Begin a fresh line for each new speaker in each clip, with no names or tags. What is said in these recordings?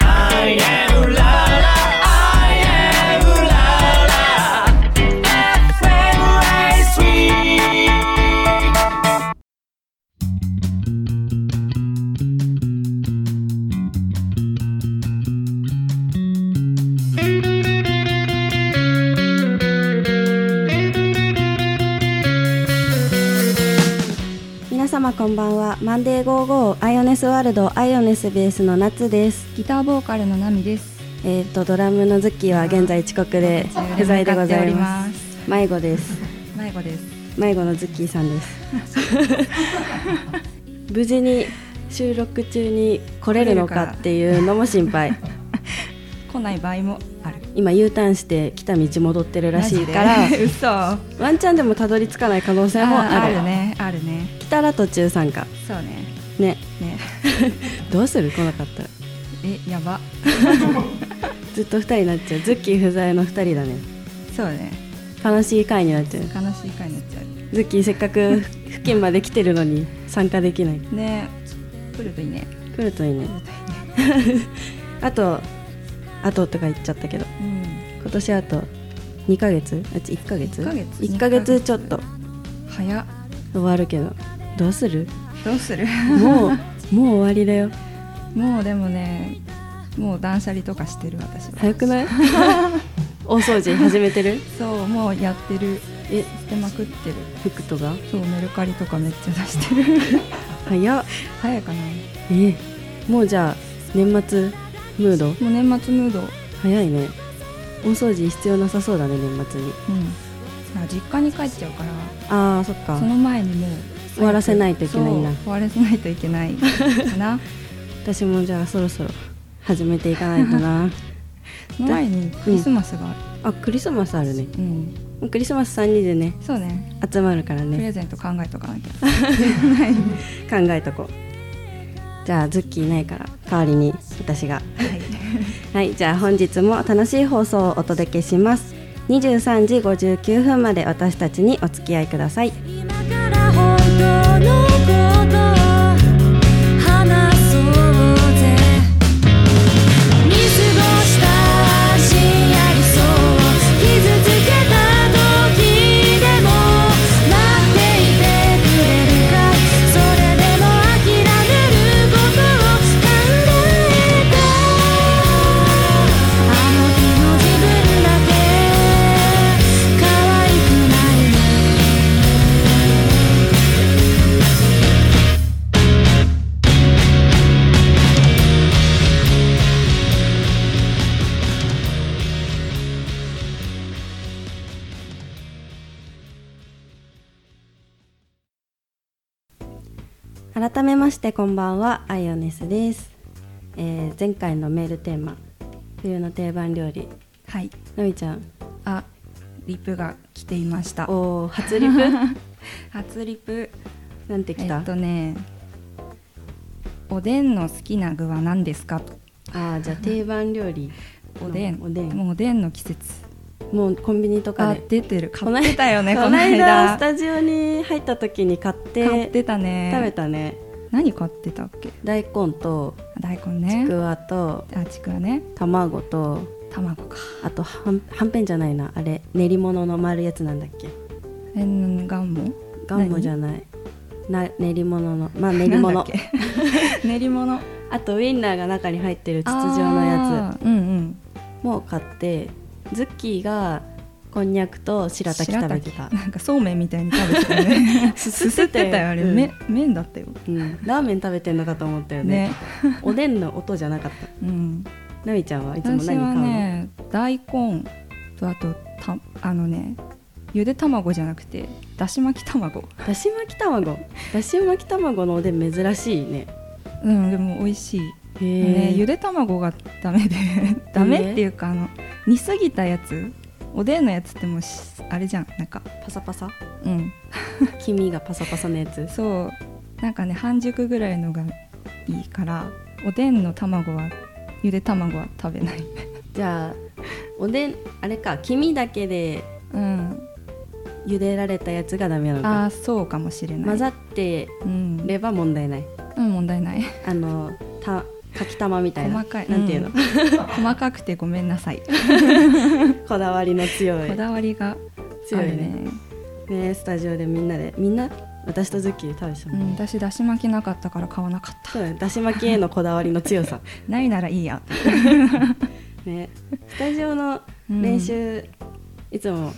I am la la, I am la la. FM ライスウィーク
皆様こんばんはマンデー55アイオネスワールドアイオネスベースの夏です
ギターボーカルのナミです。
えっ、とドラムのズッキーは現在遅刻で不在でございます
す。
迷子です
迷子です。
迷子のズッキーさん です無事に収録中に来れるのかっていうのも心 配
来ない場合もある。
今 U ターンして来た道戻ってるらしいか
マ
ら
ジで嘘。あ
ワンチャンでもたどり着かない可能性もあ
あ
る
るね、あるね。
来たら途中参加
そうね。
ね
ね。
どうする来なかったら
え、やば。
ずっと2人になっちゃうズッキー不在の2人だね
そうね。
悲しい回になっちゃう
悲しい回になっちゃ。
ズッキーせっかく付近まで来てるのに参加できないう
ね。来るといいね。
来るといいねあとあととか言っちゃったけど
うん。
今年あと2ヶ月あち1ヶ月
一ヶ月
一ヶ月ちょっと
早っ。
終わるけどどうする
どうする
もうもう終わりだよ
もうでもね、もう断捨離とかしてる私は。
早く ない大掃除始めてる
そう、もうやってる。
え
捨てまくってる。
服とか
そう、メルカリとかめっちゃ出 してる。
早っ
早いかな。
えもうじゃあ年末ムード
もう年末ムード。
早いね大掃除必要なさそうだね年末に
うん、まあ実家に帰っちゃうから
ああそっか
その前にもう
終わらせないといけないんだ
そう終わらせないといけないかな
私もじゃあそろそろ始めていかないとな
その前にクリスマスがある、
あクリスマスあるね
うん
クリスマス3人でね
そうね
集まるから
プレ
ね
ゼント考えとかなきゃ
考えとこうじゃあズッキーいないから代わりに私がはいじゃあ本日も楽しい放送をお届けします23時59分まで私たちにお付き合いください
今から本当のこと話そうぜ見過ごしたしありそう傷つけた時でも待っていてくれるかそれでも諦めることを考えたあの日の自分だけ可愛くない
改めましてこんばんはアイオネスです、えー前回のメールテーマ冬の定番料理
はい
のみちゃん
あリップが来ていました
おー初 リプ
初リップ
なんてき
え
た、
っとねおでんの好きな具は何ですかと
ああじゃあ定番料理
おでん
おでん
もうおでんの季節
もうコンビニとか
あ
で
出てる買ってたよね
こ
こ
の
の
間
間
スタジオに入った時に買って
買ってたね
食べたね
何買ってたっけ
大根と
大根ね
ちくわと
あちくわね
卵と
卵か
あとはんはんぺんじゃないなあれ練り物の丸いやつなんだっけ
えんがんも
ガンモじゃないな練り物のまあ練り
なん
物
だっけ 練り物
あとウインナーが中に入ってる筒状のや
つうんうん
つも買ってズッキーがこんにゃくと白滝食べてた
白滝なんかそうめんみたいに食べてた ね
す
すすってたよあれ、
うん
め麺だったよ
うん、ラーメン食べてんのかと思ったよね
ね
おでんの音じゃなかった
うん
なみちゃんはいつも何
私
買う
は
の、
ね大根とあとたあのねゆで卵じゃなくてだし巻き卵
だし巻き卵だし巻き卵のおでん珍しいね
うんでも美味しい、
へ
ね、ゆ
で
で卵がダメで ダメっていうかあの煮すぎたやつおでんのやつってもうしあれじゃんなんか
パサパサ
うん
黄身がパサパサのやつ
そうなんかね半熟ぐらいのがいいからおでんの卵はゆで卵は食べない、
じゃあおでんあれか黄身だけで
うん、
茹でられたやつがダメなの
あ
か
あそうかもしれない
混ざって
うん、
れば問題ない
うん問題ない
あのたかきたまみたいな
細かい
なんていうの、
う細かくてごめんなさい
こだわりの強い
こだわりが
強
強
い
い
ね
ね
ねスタジオでみんなでみんな私とズッキーで食べてた
う
もんね、
ん、私だし巻きなかったから買わなかった
そうだねだし巻きへのこだわりの強 さ
ないならいいやって
ねスタジオの練習、いつも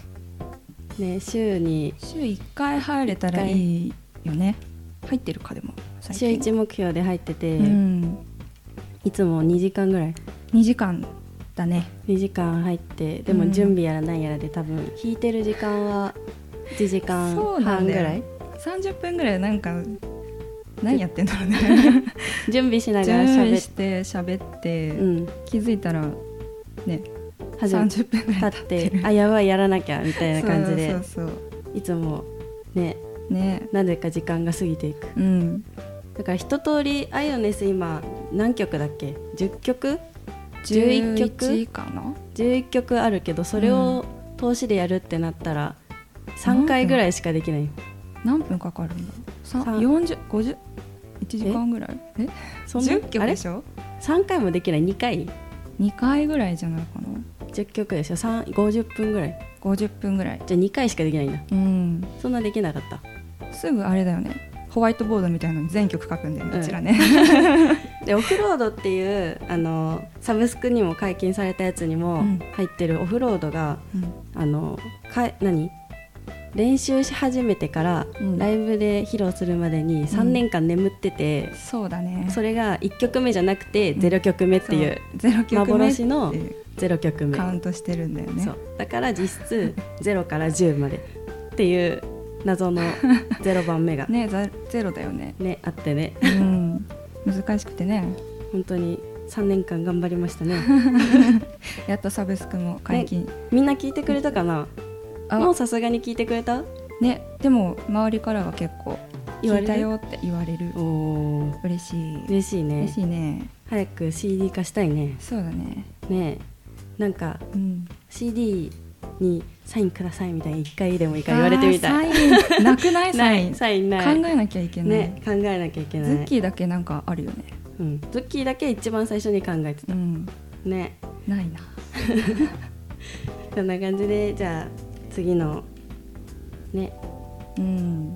ね週に
週1回入れたらいいよね入ってるかでも最
週
近
1目標で入ってて、
うん、
いつも2時間ぐらい
2時間だね
2時間入ってで
う
も
ん
準備やらなんやらで多分弾いてる時間は1時間
そうな
半
ん
ぐ
だよ
らい
30分ぐらいなんか何やってんだろうね
準備しながら
準備
喋
し
って
喋って、
て、うん、
気づいたらね
始め
30分ぐらい
立
経
っ
って
て
る
あやばいやらなきゃみたいな感じで
そうそうそ
いつもね
うね
なぜか時間が過ぎていく
うん
だから一通りアイオネス今何曲だっけ10曲11曲
11かな
11曲あるけどそれを通しでやるってなったら3回ぐらいしかできないよ
何分かかるんだ
さん
4050 1時間ぐらいえ
そんな
10曲
あれ
でしょ
3回もできない2回
2回ぐらいじゃないかな
10曲でしょ3 50分ぐらい
50分ぐらい
じゃあ2回しかできないんだ
うん
そんなできなかった
すぐあれだよねホワイトボードみたいなのに全曲書くんだよね、
うん
うちらね
でオフロードっていうあのサブスクにも解禁されたやつにも
うん
入ってるオフロードが、
うん
あのか何練習し始めてから、
うん
ライブで披露するまでに3年間眠ってて、
そうだね
それが1曲目じゃなくて
うん
0曲目っていう、
そう0曲目って
幻の0曲目、
カウントしてるんだよね
そうだから実質0から10までっていう謎 の0番目がね
ねザゼロだよね
あってね
うん難しくてね
本当に3年間頑張りましたね
やっとサブスクも解禁、
みんな聞いてくれたかな
あ
もうさすがに聞いてくれた
ねでも周りからは結構
言われ
聞
る
いたよって言われる
おお
嬉しい
嬉しいね
嬉しいね
早く CD 化したいね
そうだね
ねえなんか
うん
CD にサインくださいみたいに1回でもいいから言われてみたい
あーサインなくないサイン
サインない
考えなきゃいけない、
ね考えなきゃいけ
ズ
ない
ッキーだけなんかあるよね
うん、ズッキーだけ一番最初に考えてた
うん
ね
ないな
そんな感じでじゃあ次のね
うん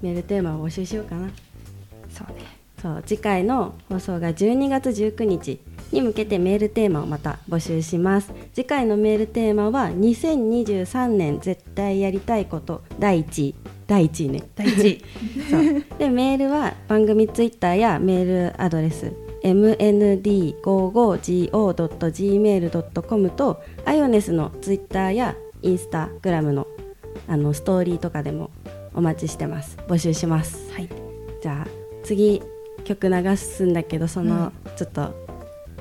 メールテーマを募集しようかな
そうね
そう次回の放送が12月19日に向けてメールテーマをまた募集します次回のメールテーマは2023年絶対やりたいこと第1位第1位ね
第一
そうでメールは番組ツイッターやメールアドレス mnd55go.gmail.com とアイオネスのツイッターやインスタグラムのあのストーリーとかでもお待ちしてます募集します
はい
じゃあ次曲流すんだけどその、ちょっと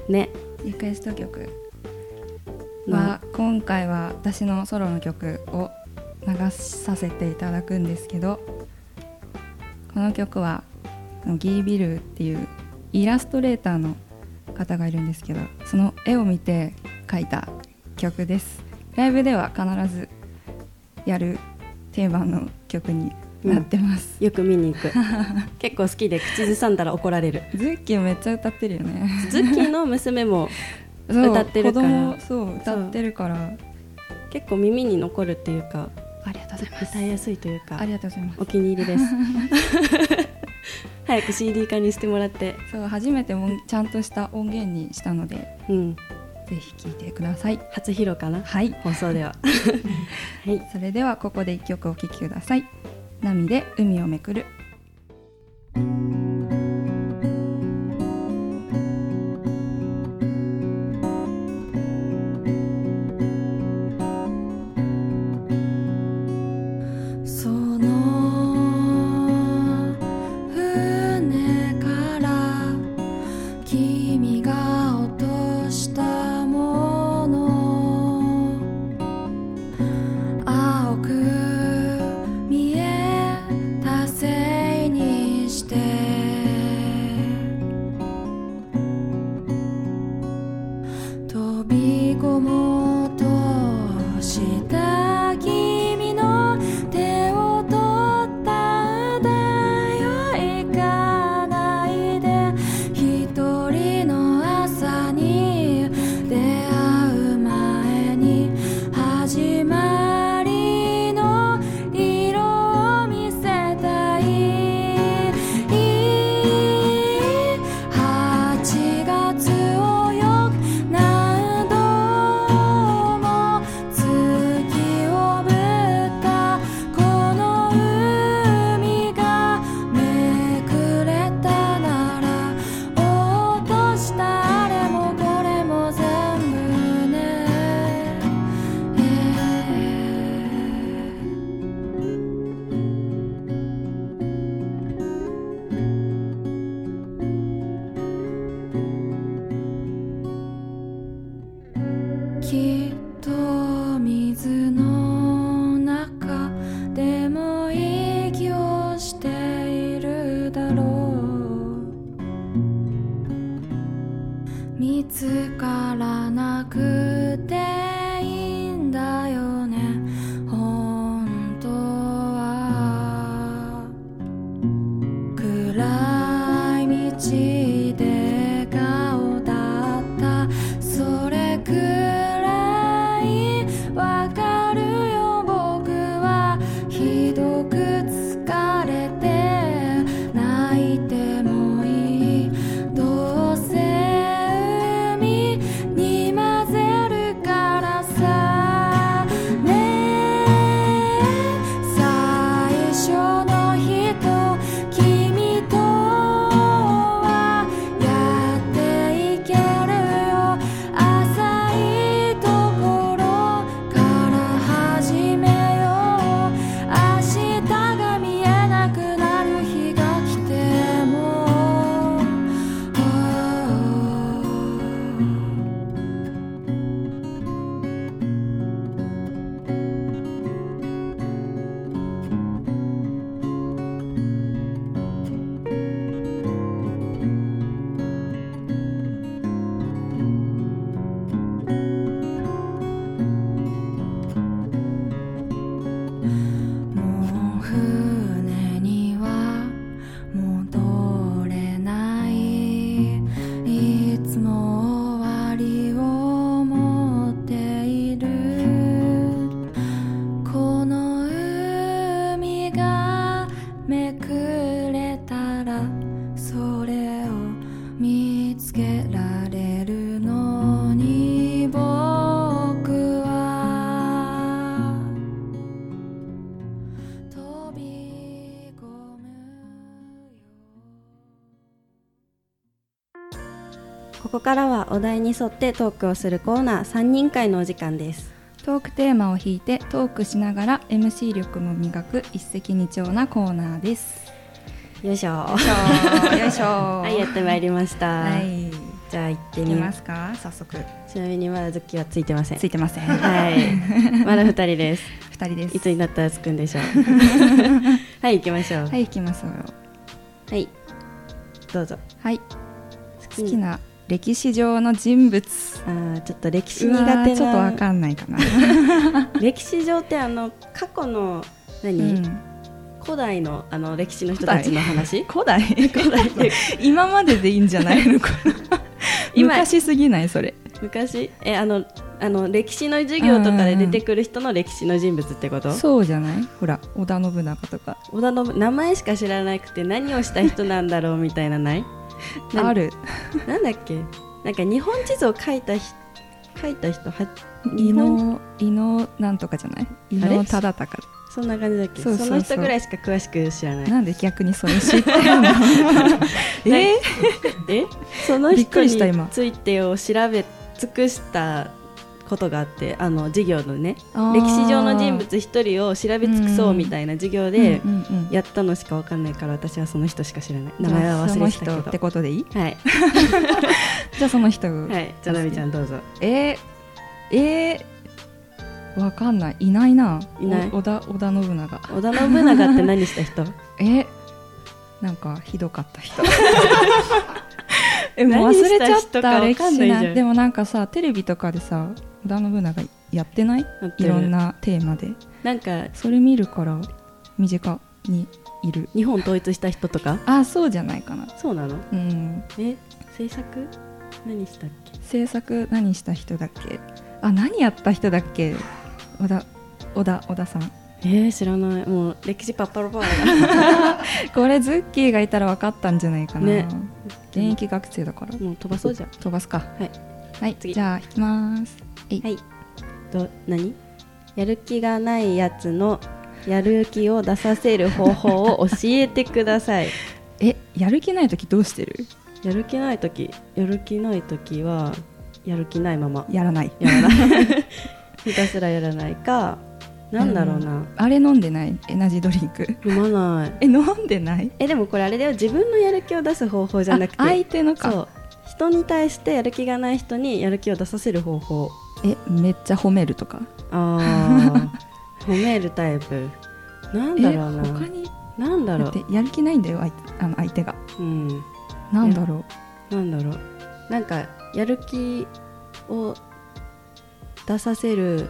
ね
リクエスト曲
の
は今回は私のソロの曲を流させていただくんですけどこの曲はあのギー・ビルっていうイラストレーターの方がいるんですけどその絵を見て書いた曲ですライブでは必ずやる定番の曲になってます、
よく見に行 く結構好きで口ずさんだら怒られる
ズッキーめっちゃ歌ってるよね
ズッキーの娘も
そう
歌ってるから
子供そう歌ってるから
結構耳に残るっていうか
ありがとうございます
歌いやすいというか
ありがとうございます
お気に入りです 早く CD 化にしてもらって
そう初めて音ちゃんとした音源にしたので
うん
ぜひ聴いてください
初披露かな
はい
放送でははい
それで はここで一曲お聴きください「波で海をめくる」
その船から君が落としたもの青く見えたせいにして飛び込もうとした君の手を取ったんだよ行かないで一人見つからなくていいんだよね本当は暗い道で顔だったそれくらいわかるよ僕はひどく疲れて泣いてもいいどうせ海に混ぜるからさねえ最初の日と君とはやっていけるよ浅いところから始めよう明日が見えなくなる日が来てももう船には戻れないいつも終わりを持っているこの海がめくれたらそれを見つけられるのに僕は飛び込むよ
ここからはお題に沿ってトークをするコーナー3人会のお時間です
トークテーマを引いてトークしながら MC 力も磨く一石二鳥なコーナーです。
よいしょ
よいしょよいしょ。
は いやってまいりました、
はい。
じゃあ行って
い
み
き
ま
ますすか早速。
ちなみにまだズッキーはついてません
ついてません。
はいまだ2人です
二人です。
いつになったらつくんで しょうはい行きましょうは、
はいい、行きますよ。
どうぞ
はい。
好
好きな歴史上の人物。
あーちょっと歴史
うわ
苦手
ー
な
ちょっとわかんないかな。
歴史上ってあの過去の
う
何、
ん。
古代のあの歴史の人たちの話
古代
古代って
今まででいいんじゃないのか な
今
昔すぎないそれ
昔えあのあの歴史の授業とかで出てくる人の歴史の人物ってこと、
そうじゃないほら織田信長とか
織田信名前しか知らなくて何をした人なんだろうみたいなない何
ある
なんだっけなんか日本地図を書いた人書いた人は
伊
日本
能伊能なんとかじゃない伊
あれ
能忠敬
そんな感じだっけ
そうそうそう
の人ぐらいしか詳しく知らない
なんで逆にそれ知って るのえー
えその
びっ
人
くりした今
についてを調べ尽くしたことがあってあの授業のね
あー
歴史上の人物一人を調べ尽くそうみたいな授業で
うんうんうん
やったのしかわかんないから私はその人しか知らない名前は
じ
忘
ゃあ
れて
その人
た
っ
け
て
ど
ことでいい
はい
じゃ あその人
はいじゃあなみちゃんどうぞ
えー、えー、わかんないいないないい
ない
織田織田信長
織田信長って何した人
えなんかひどかった人えも う
何
忘
し
れち
た
ゃっ
人か
た
わ
歴
かん
史
ないじゃん
なでもなんかさテレビとかでさ織田信長やってない
て
い
る
ろんなテーマで
なんか
それ見るから身近にいる
日本統一した人とか
あそうじゃないかな
そうなの
うん
え制作何したっけ
制作何した人だっけあ何やった人だっけ織田織田織田さん
えー、知らないもう歴史パッパラパー だ
これズッキーがいたら分かったんじゃないかな、
ね
現役学生だから
もう飛ばそうじゃん
飛ばすか
はい
はい
次
じゃあ引きますはい
はい。ど何？やる気がないやつのやる気を出させる方法を教えてください。
えやる気ない時どうしてる
やる気ない時、やる気ない時はやる気ないまま
やらない
やらない。 ひたすらやらないか、なんだろうな。
あれ飲んでないエナジードリンク
飲まない。
え飲んでない
えでもこれあれだよ。自分のやる気を出す方法じゃなく
あ相
て、
手の
そ
か
う。人に対してやる気がない人にやる気を出させる方法。
えめっちゃ褒めるとか
ああ、 褒めるタイプ。なん
え
だろう
他
な。
に
なんだろ
だ
う
っ。てやる気ないんだよ相手あの相手が
うん、
なんだろ
なんだろうなんかやる気を出させる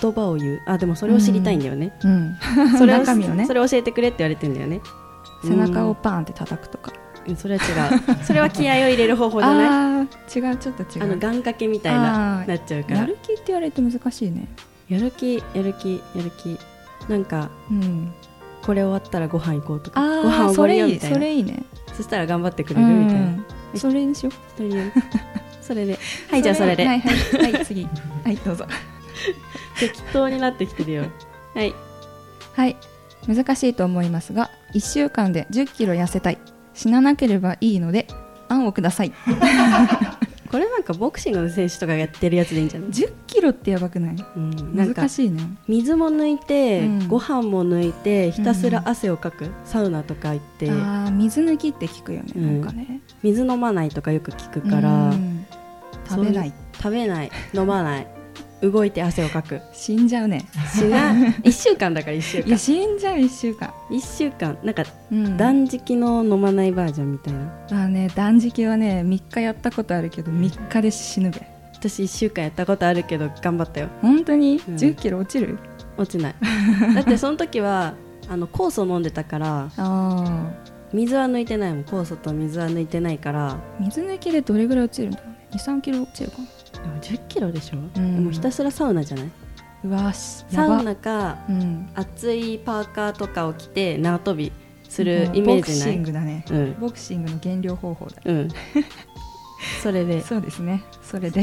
言葉を言うあでもそれを知りたいんだよね、
うん、
それを
中身をね
それ教えてくれって言われてんだよね
背中
う
を
ん
パーンって叩くとか
うんそれは違うそれは気合を入れる方法じゃないあ
あー違うちょっと違う
の願掛けみたいな
あー
なっちゃうから
やる気って言われると難しいね
やる気やる気やる気なんか
うん
これ終わったらご飯行こうとかご
あ
飯
あ
お
そ
ごりよ
れい
み
い
たいな
それいいね
そしたら頑張ってく
う
れるみたいな、
んそれにしよう
それでそれではいじゃあそれで、
はいはいは い次はいどうぞ
適当になってきてるよはい
はい難しいと思いますが1週間で1 0キロ痩せたい死ななければいいので案をください
これなんかボクシングの選手とかがやってるやつでいいんじゃない、
1 0キロってやばくない
うん、なんか
難しいね
水も抜いて、
うん
ご飯も抜いてひたすら汗をかく、サウナとか行って
ああ水抜きって聞くよね、
うん
なんかね
水飲まないとかよく聞くから、
うん食べない
そうう食べない飲まない動いて汗をか く
死んじゃうね
しない1週間だから1週
いや
間
死んじゃう1週間、
1週間なんか
うん、
断食の飲まないバージョンみたいな
まあね断食はね3日やったことあるけど3日で死ぬべ
私1週間やったことあるけど頑張ったよ
本当に
うん
1 0キロ落ちる、
落ちないだってその時はあの酵素飲んでたから
あ
水は抜いてないもん酵素と水は抜いてないから
あ水抜きでどれぐらい落ちるんだろうね23キロ落ちるかな
でも1 0キロでしょ、
ん
でもひたすらサウナじゃないう
わし
サウ
やば
ナか
うん
熱いパーカーとかを着て縄跳びするイメージな
ボクシン
い
グだね
うん
ボクシングの減量方法だ
うん それで
そうですねそれで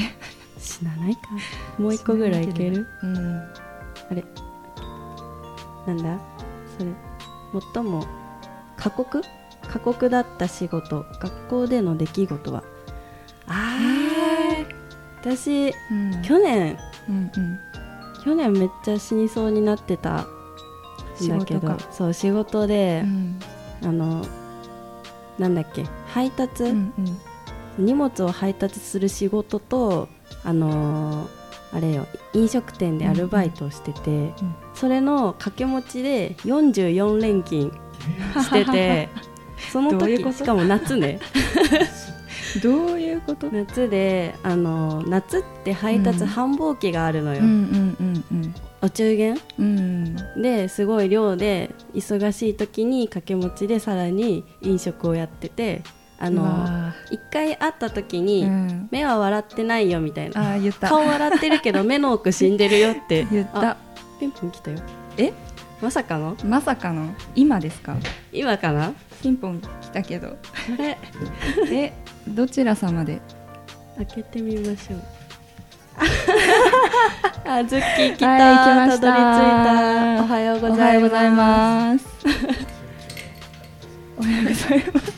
死なないかもう一個ぐらいいける
うん
あれなんだそれ最も過酷過酷だった仕事学校での出来事はあー私
うん
去年
うんうん
去年めっちゃ死にそうになってたんだけ
仕事
ど
か
そう仕事で
う、ん
あのなんだっけ配達、
うんうん
荷物を配達する仕事とあのーあれよ飲食店でアルバイトをしてて、それの掛け持ちで44連勤して てその
どうい
時
うこと
しかも夏 ね
どういうこと
夏であのー夏って配達
うん
繁忙期があるのよ、
うんうんうん
お中元
うん
ですごい量で忙しい時に掛け持ちでさらに飲食をやっててあ
あ
の一回会った時に、
うん、
目は笑ってないよみたいな
あー言った
顔笑ってるけど目の奥死んでるよって
言った
あピンポン来たよ
え
まさかの
まさかの今ですか
今かな
ピンポン来たけど
あれ
えどちら様で
開けてみましょう あズッキー来た
はい来ま
どり着
した
いたおはようございます
ますおはようございます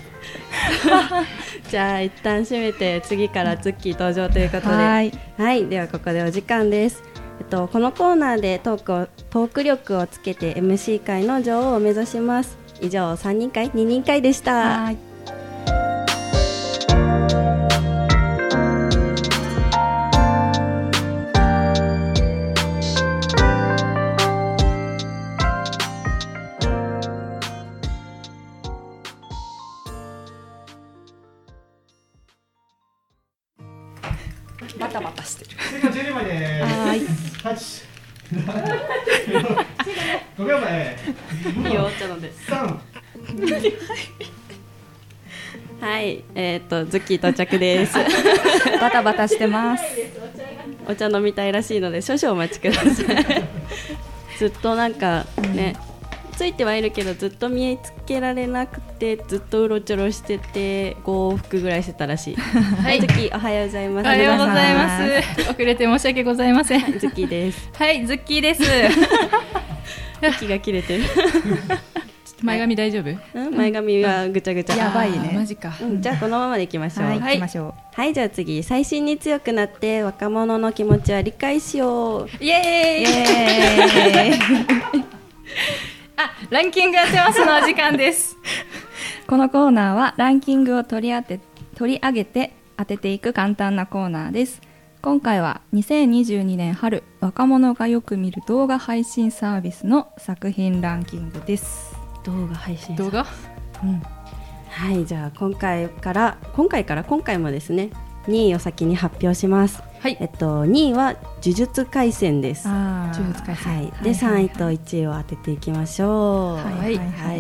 じゃあ一旦閉めて次からズッキー登場ということで
はい
はい、ではここでお時間です。えっと、このコーナーでトークをトーク力をつけて MC 界の女王を目指します。以上3人会2人会でした。
はいバタバタしてる
時間10秒前で
はい
す。8。5秒前。
いいよ、お茶飲んで。
3。
はい、えーっとズッキー到着です。
バタバタしてます
お茶飲みたいらしいので少々お待ちください。ずっとなんかね、ついてはいるけどずっと見つけられなくてずっとうろちょろしてて5往復ぐらいしてたらしい。はい、ズッキーおはようございま
お
す。
はようご
お
ざい
はよう
ます。遅れて申し訳ございません。
ズッキー です。
はい、ズッキーです。
息が切れてる。
前髪大丈夫？
うん前髪はぐちゃぐちゃ、
やばいね
あーマジか。
うんじゃあこのままでいきましょう
はい、
はい、
行きましょう
はいじゃあ次最新に強くなって若者の気持ちは理解しよう
イエーイ。あ、ランキング当てますのお時間です。
このコーナーはランキングを取り当て取り上げて当てていく簡単なコーナーです今回は2022年春若者がよく見る動画配信サービスの作品ランキングです
動画配信
動画？
はいじゃあ今回から今回から今回もですね2位を先に発表します。
はい
えっと2位は呪術廻戦です。は
あー
呪術廻戦
い。で
は
3
い
位と1位を当てていきましょう。
は
はい。
い
はいは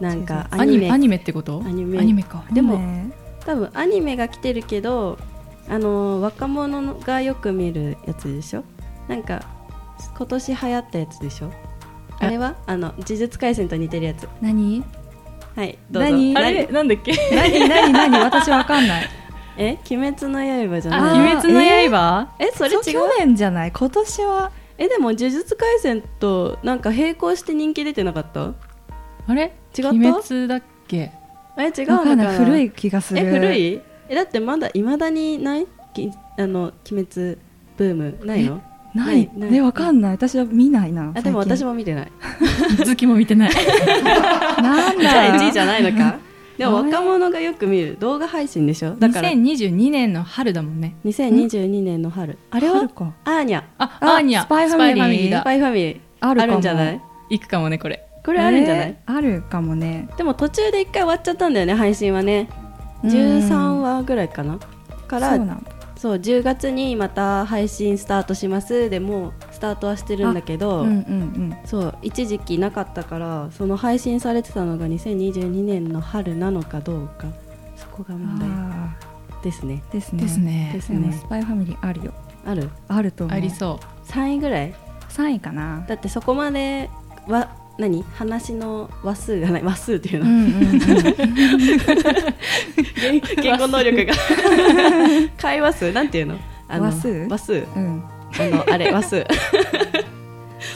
い
なんか
ア
ア
ニ
ニ
メ
メ
アニメってこと
アニメ
か
でも
ね
多分アニメが来てるけどあの若者がよく見るやつでしょなんか今年流行ったやつでしょあれはあの呪術廻戦と似てるやつ
何
はいどうぞ
何
あれなんだっけ
何何何私わかんない
え鬼滅の刃じゃ
あ
ない
ー
鬼滅の刃
えそれ違う
去年じゃない今年は
えでも呪術廻戦となんか並行して人気出てなかった
あれ
違った
鬼滅だっけ
え違うの
わか
か
ん
な
ない古い気がする
え古いえだってまだいまだにないきあの鬼滅ブームないの
ない
ないない
えわかんない私は見ないな
あでも私
も
も見てない
好きも見てない
なん
じゃあ
だ
1位じゃないのかでも
あれ
若者がよく見る動画配信でしょだから
2022年の春だもんね
2022年の春あれは
るか
アーニャ
あ
あ
アーニャ
スパイファミリー
ス
だ
パイファミリー
あ
あ
るかも
るんじゃない
行くかもねこれ
これあるんじゃない、
えーあるかもね
でも途中で1回終わっちゃったんだよね配信はね
うん
13話ぐらいかなか
そうな
ら
の
そう10月にまた配信スタートしますでもうスタートはしてるんだけど、
うんうんうん
そう一時期なかったからその配信されてたのが2022年の春なのかどうかそこが問題
あ
ですね
ーですね
ですね
です
で
ね
もスパイファミリーあるよ
ある
あると思う
ありそう
3位ぐらい
3位かな
だってそこまでは何話の話数がない話数っていう
う
の、
んうんうん
言言語能力 が会話数なんていうのあの
話数
話数
うん
あのあれ話 数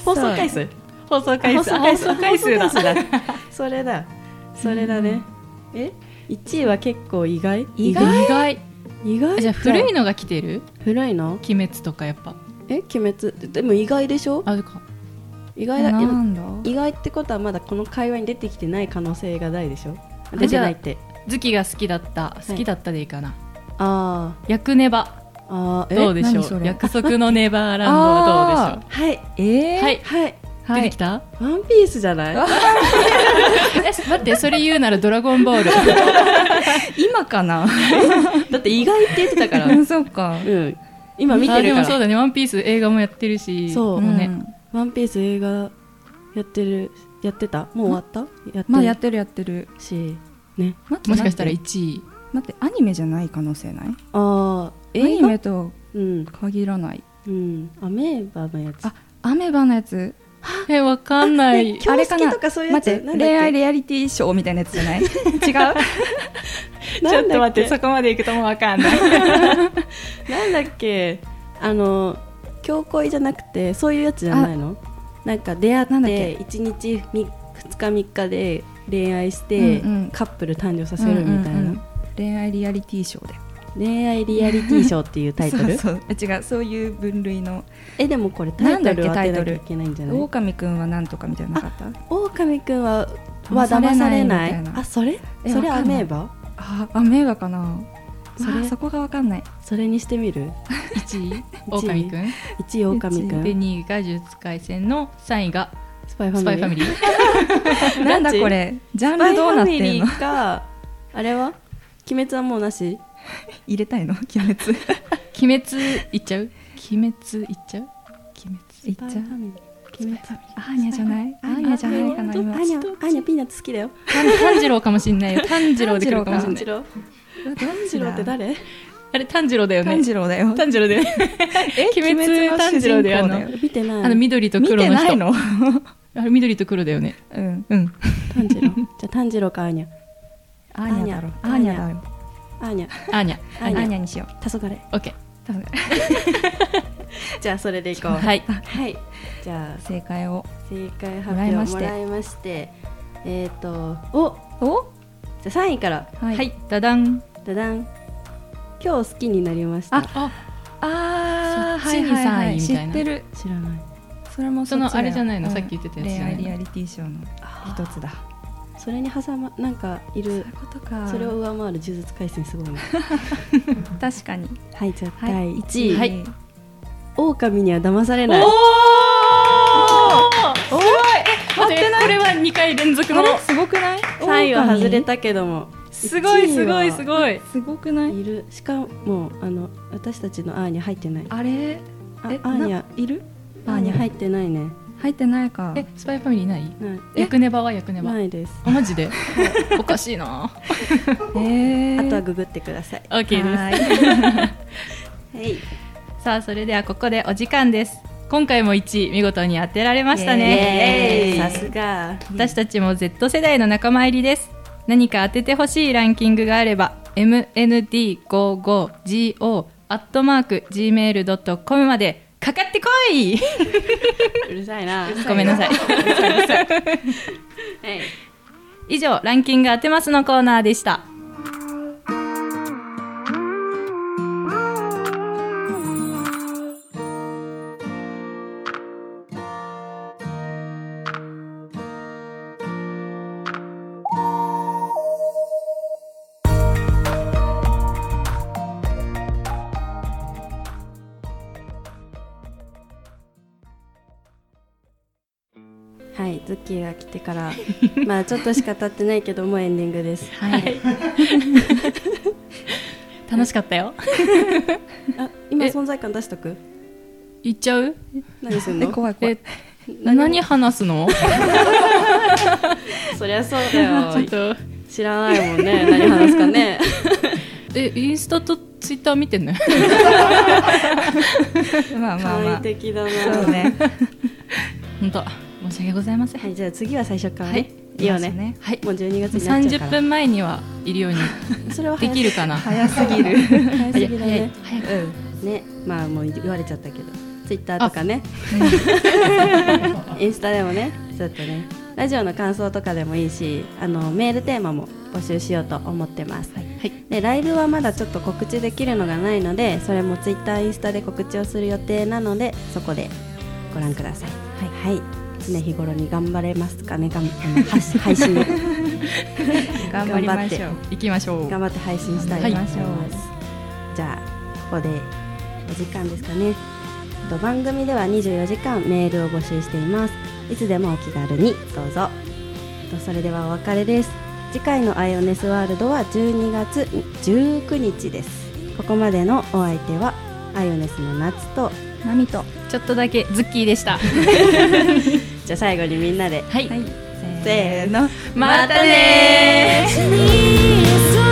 放送回数放送回数
あ
放送回数
放
だ それだそれだね、え1位は結構意外
意外意外
意外
あじゃあ古い
の
のが来てる
古いの
鬼滅とかやっぱ
え鬼滅でも意外でしょ
あるか
意
え
外だ
なんだ
意外ってことはまだこの会話に出てきてない可能性がないでしょ出てないって
ズキが好きだった好きだったでいいかな
あー
役ネバ
あーえ
どうでしょ
何そうれ
約束のネバーランドどうでし
はい
え
ょ
ー
うはい
はい
は
出て
い
きた
ワンピースじゃない
え待ってそれ言うならドラゴンボール
今かな
だって意外って言ってた から
う
うん
そうか
ん今見て
あで
る
も
か
そう
ら
だねワンピース映画もやってるし
そう
もね
ん
ワンピース映画やってるやってたもう終わったやって
まだやっ
る
てるやってる
しね
待って
もしかしたら
待って
1位
待ってアニメじゃない可能性ない
ああ
アニ
映
メ
画
とは
うん
限らない
うんアメーバのやつ
あアメバのやつ
えわか んない
教式とかそういうやつ
待って
なんだっけ
恋愛リアリティショーみたいなやつじゃない 違う
ちょっと待って、
なんだ
そこまで行くともうわかん ない。
けなんだっけあの教恋じゃなくてそういうやつじゃないのなんか出会っ
なんだってけ
1日2日3日で恋愛して、
うんうん
カップル誕生させるみたいな、
うんうんうん恋愛リアリティショーで
恋愛リアリティショーっていうタイトル
そうそうえ違うそういう分類の
えでもこれタイトルを当てなきゃいけないんじゃない
オオカミくんはなんとかみたいなのなかった
オオカミくんはは
騙され
騙されない
ないみたいな
あそれ
え
それ
わ
ア
かんない
メーバ
あアメーバかな
そ
そ
れ
れそこがわかんない
それにしてみる
1位、狼くん。
1位オオカミく
で、
ん
2位が呪術廻戦の3位が
スパイフ
スパ
ァ
イ
ミ
ファ
リ
ミ
ー
リー。
なんだこれジャ
ス
ン
パイフ
ルどうな
ァ
っ
ミ
て
リ
んの
ーかあれは鬼滅はもうなし
入れたいの鬼滅
鬼滅いっちゃう鬼滅いっちゃう鬼滅。
いっちゃう
鬼滅
アーニャじゃないアーニャじゃないかな
アーニ
今
ャアーニャピーナッツ好きだよ
炭炭治郎かもしんないよ。炭治郎で来るかもし
炭
んな
治
い。
郎炭
炭
治郎って誰
あれ、炭治郎だよね
炭。治郎だよ
炭治郎だよね。鬼滅炭治郎で、あ
主人公だ
の
よ、
見てない
あの緑と
見
黒
て
の
ない
人。
の
あれ、緑と黒だよね。
うん
うん。
炭治郎じゃあ炭治郎かアーニャ
アーニャだろ
ア
ア
ー
ー
ニ
ニ
ャ
ャだよ
アーニャ
アーニャ。
ア
ア
ーニャ
ーニャにしよう
黄昏
オッケー。
多分
じゃあそれでいこう
はいい。
はいじゃあ
正解を
正解発
もらい
表
まして
もらいましてえっ、とお
お
じゃあ3位から
は
はい、ダダン。
ダダン今日好きになりました
あ、
あー
そっちに
はいはいは
3位みたい
知っ
な
てる
知らない
それも
そのあれじゃないの
うん
さっき言ってたやつじ
恋
ゃない
愛
の
リアリティショーの一つだ
それに挟まなんかい
そうい
る
うことか
それを上回る呪術廻戦すごいな
確かに
はいじゃあ
は
第
い
1位、
は
はいい
狼には騙されない
おおすごい待ってこれは2回連続の
すごくない
3位は外れたけども
狼すごいすごいす
い
ごい
すごくない
いるしかもあの私たちの「あ」に入ってない
あれ
あ
え
あーにゃ
な、いる
あーにゃ入ってないね
入ってないか
えスパイファミリーない
ない
役ネバは役ネバ
ないです
あマジでおかしいな
えー
あとはググってください
OK です
はーい
はい
さあそれではここでお時間です今回も1位見事に当てられましたね
イエーイさすが
私たちも Z 世代の仲間入りです何か当ててほしいランキングがあれば mnd55go.gmail.com までかかってこいう
るさいな
ごめんなさい
はい
以上ランキング当てますのコーナーでした
はい、ズッキーが来てから、 まあちょっとしか経ってないけどもうエンディングです。
はい楽しかったよ
あ、今
え
存在感出しとく？
行っちゃう
何する
え
の？
怖い怖い
何話すの
そりゃそうだよ。
ちょっと
知らないもんね。何話すかね。
えインスタとツイッター見てんの
まあまあま
簡
あ
易的だ
そ
な。
うね
本当申し訳ございま せん
はい、じゃあ次は最初からね。
はい
いいよ
いいです
ね
ね。
はい
もう12月になっちゃうから。
30分前にはいるように
それは
で
早す
きるかな
早すぎる
早すぎだね。
早く
ね、まあもう言われちゃったけど、ツイッターとかね、インスタでもね、ちょっとね、ラジオの感想とかでもいいし、あのメールテーマも募集しようと思ってます。
はい
でライブはまだちょっと告知できるのがないので、それもツイッター、インスタで告知をする予定なので、そこでご覧ください。はい、常日頃に頑張れますかね、がんあのはし配信を
頑張りましょう
行きましょう
頑張って配信したいと思います、じゃあここでお時間ですかねえっと番組では24時間メールを募集していますいつでもお気軽にどうぞえっとそれではお別れです次回の「アイオネスワールド」は12月19日ですここまでのお相手はアイオネスの夏と
ナミと
ちょっとだけズッキーでした
じゃあ最後にみんなで
はい
はい
せーの
またねー
「にそ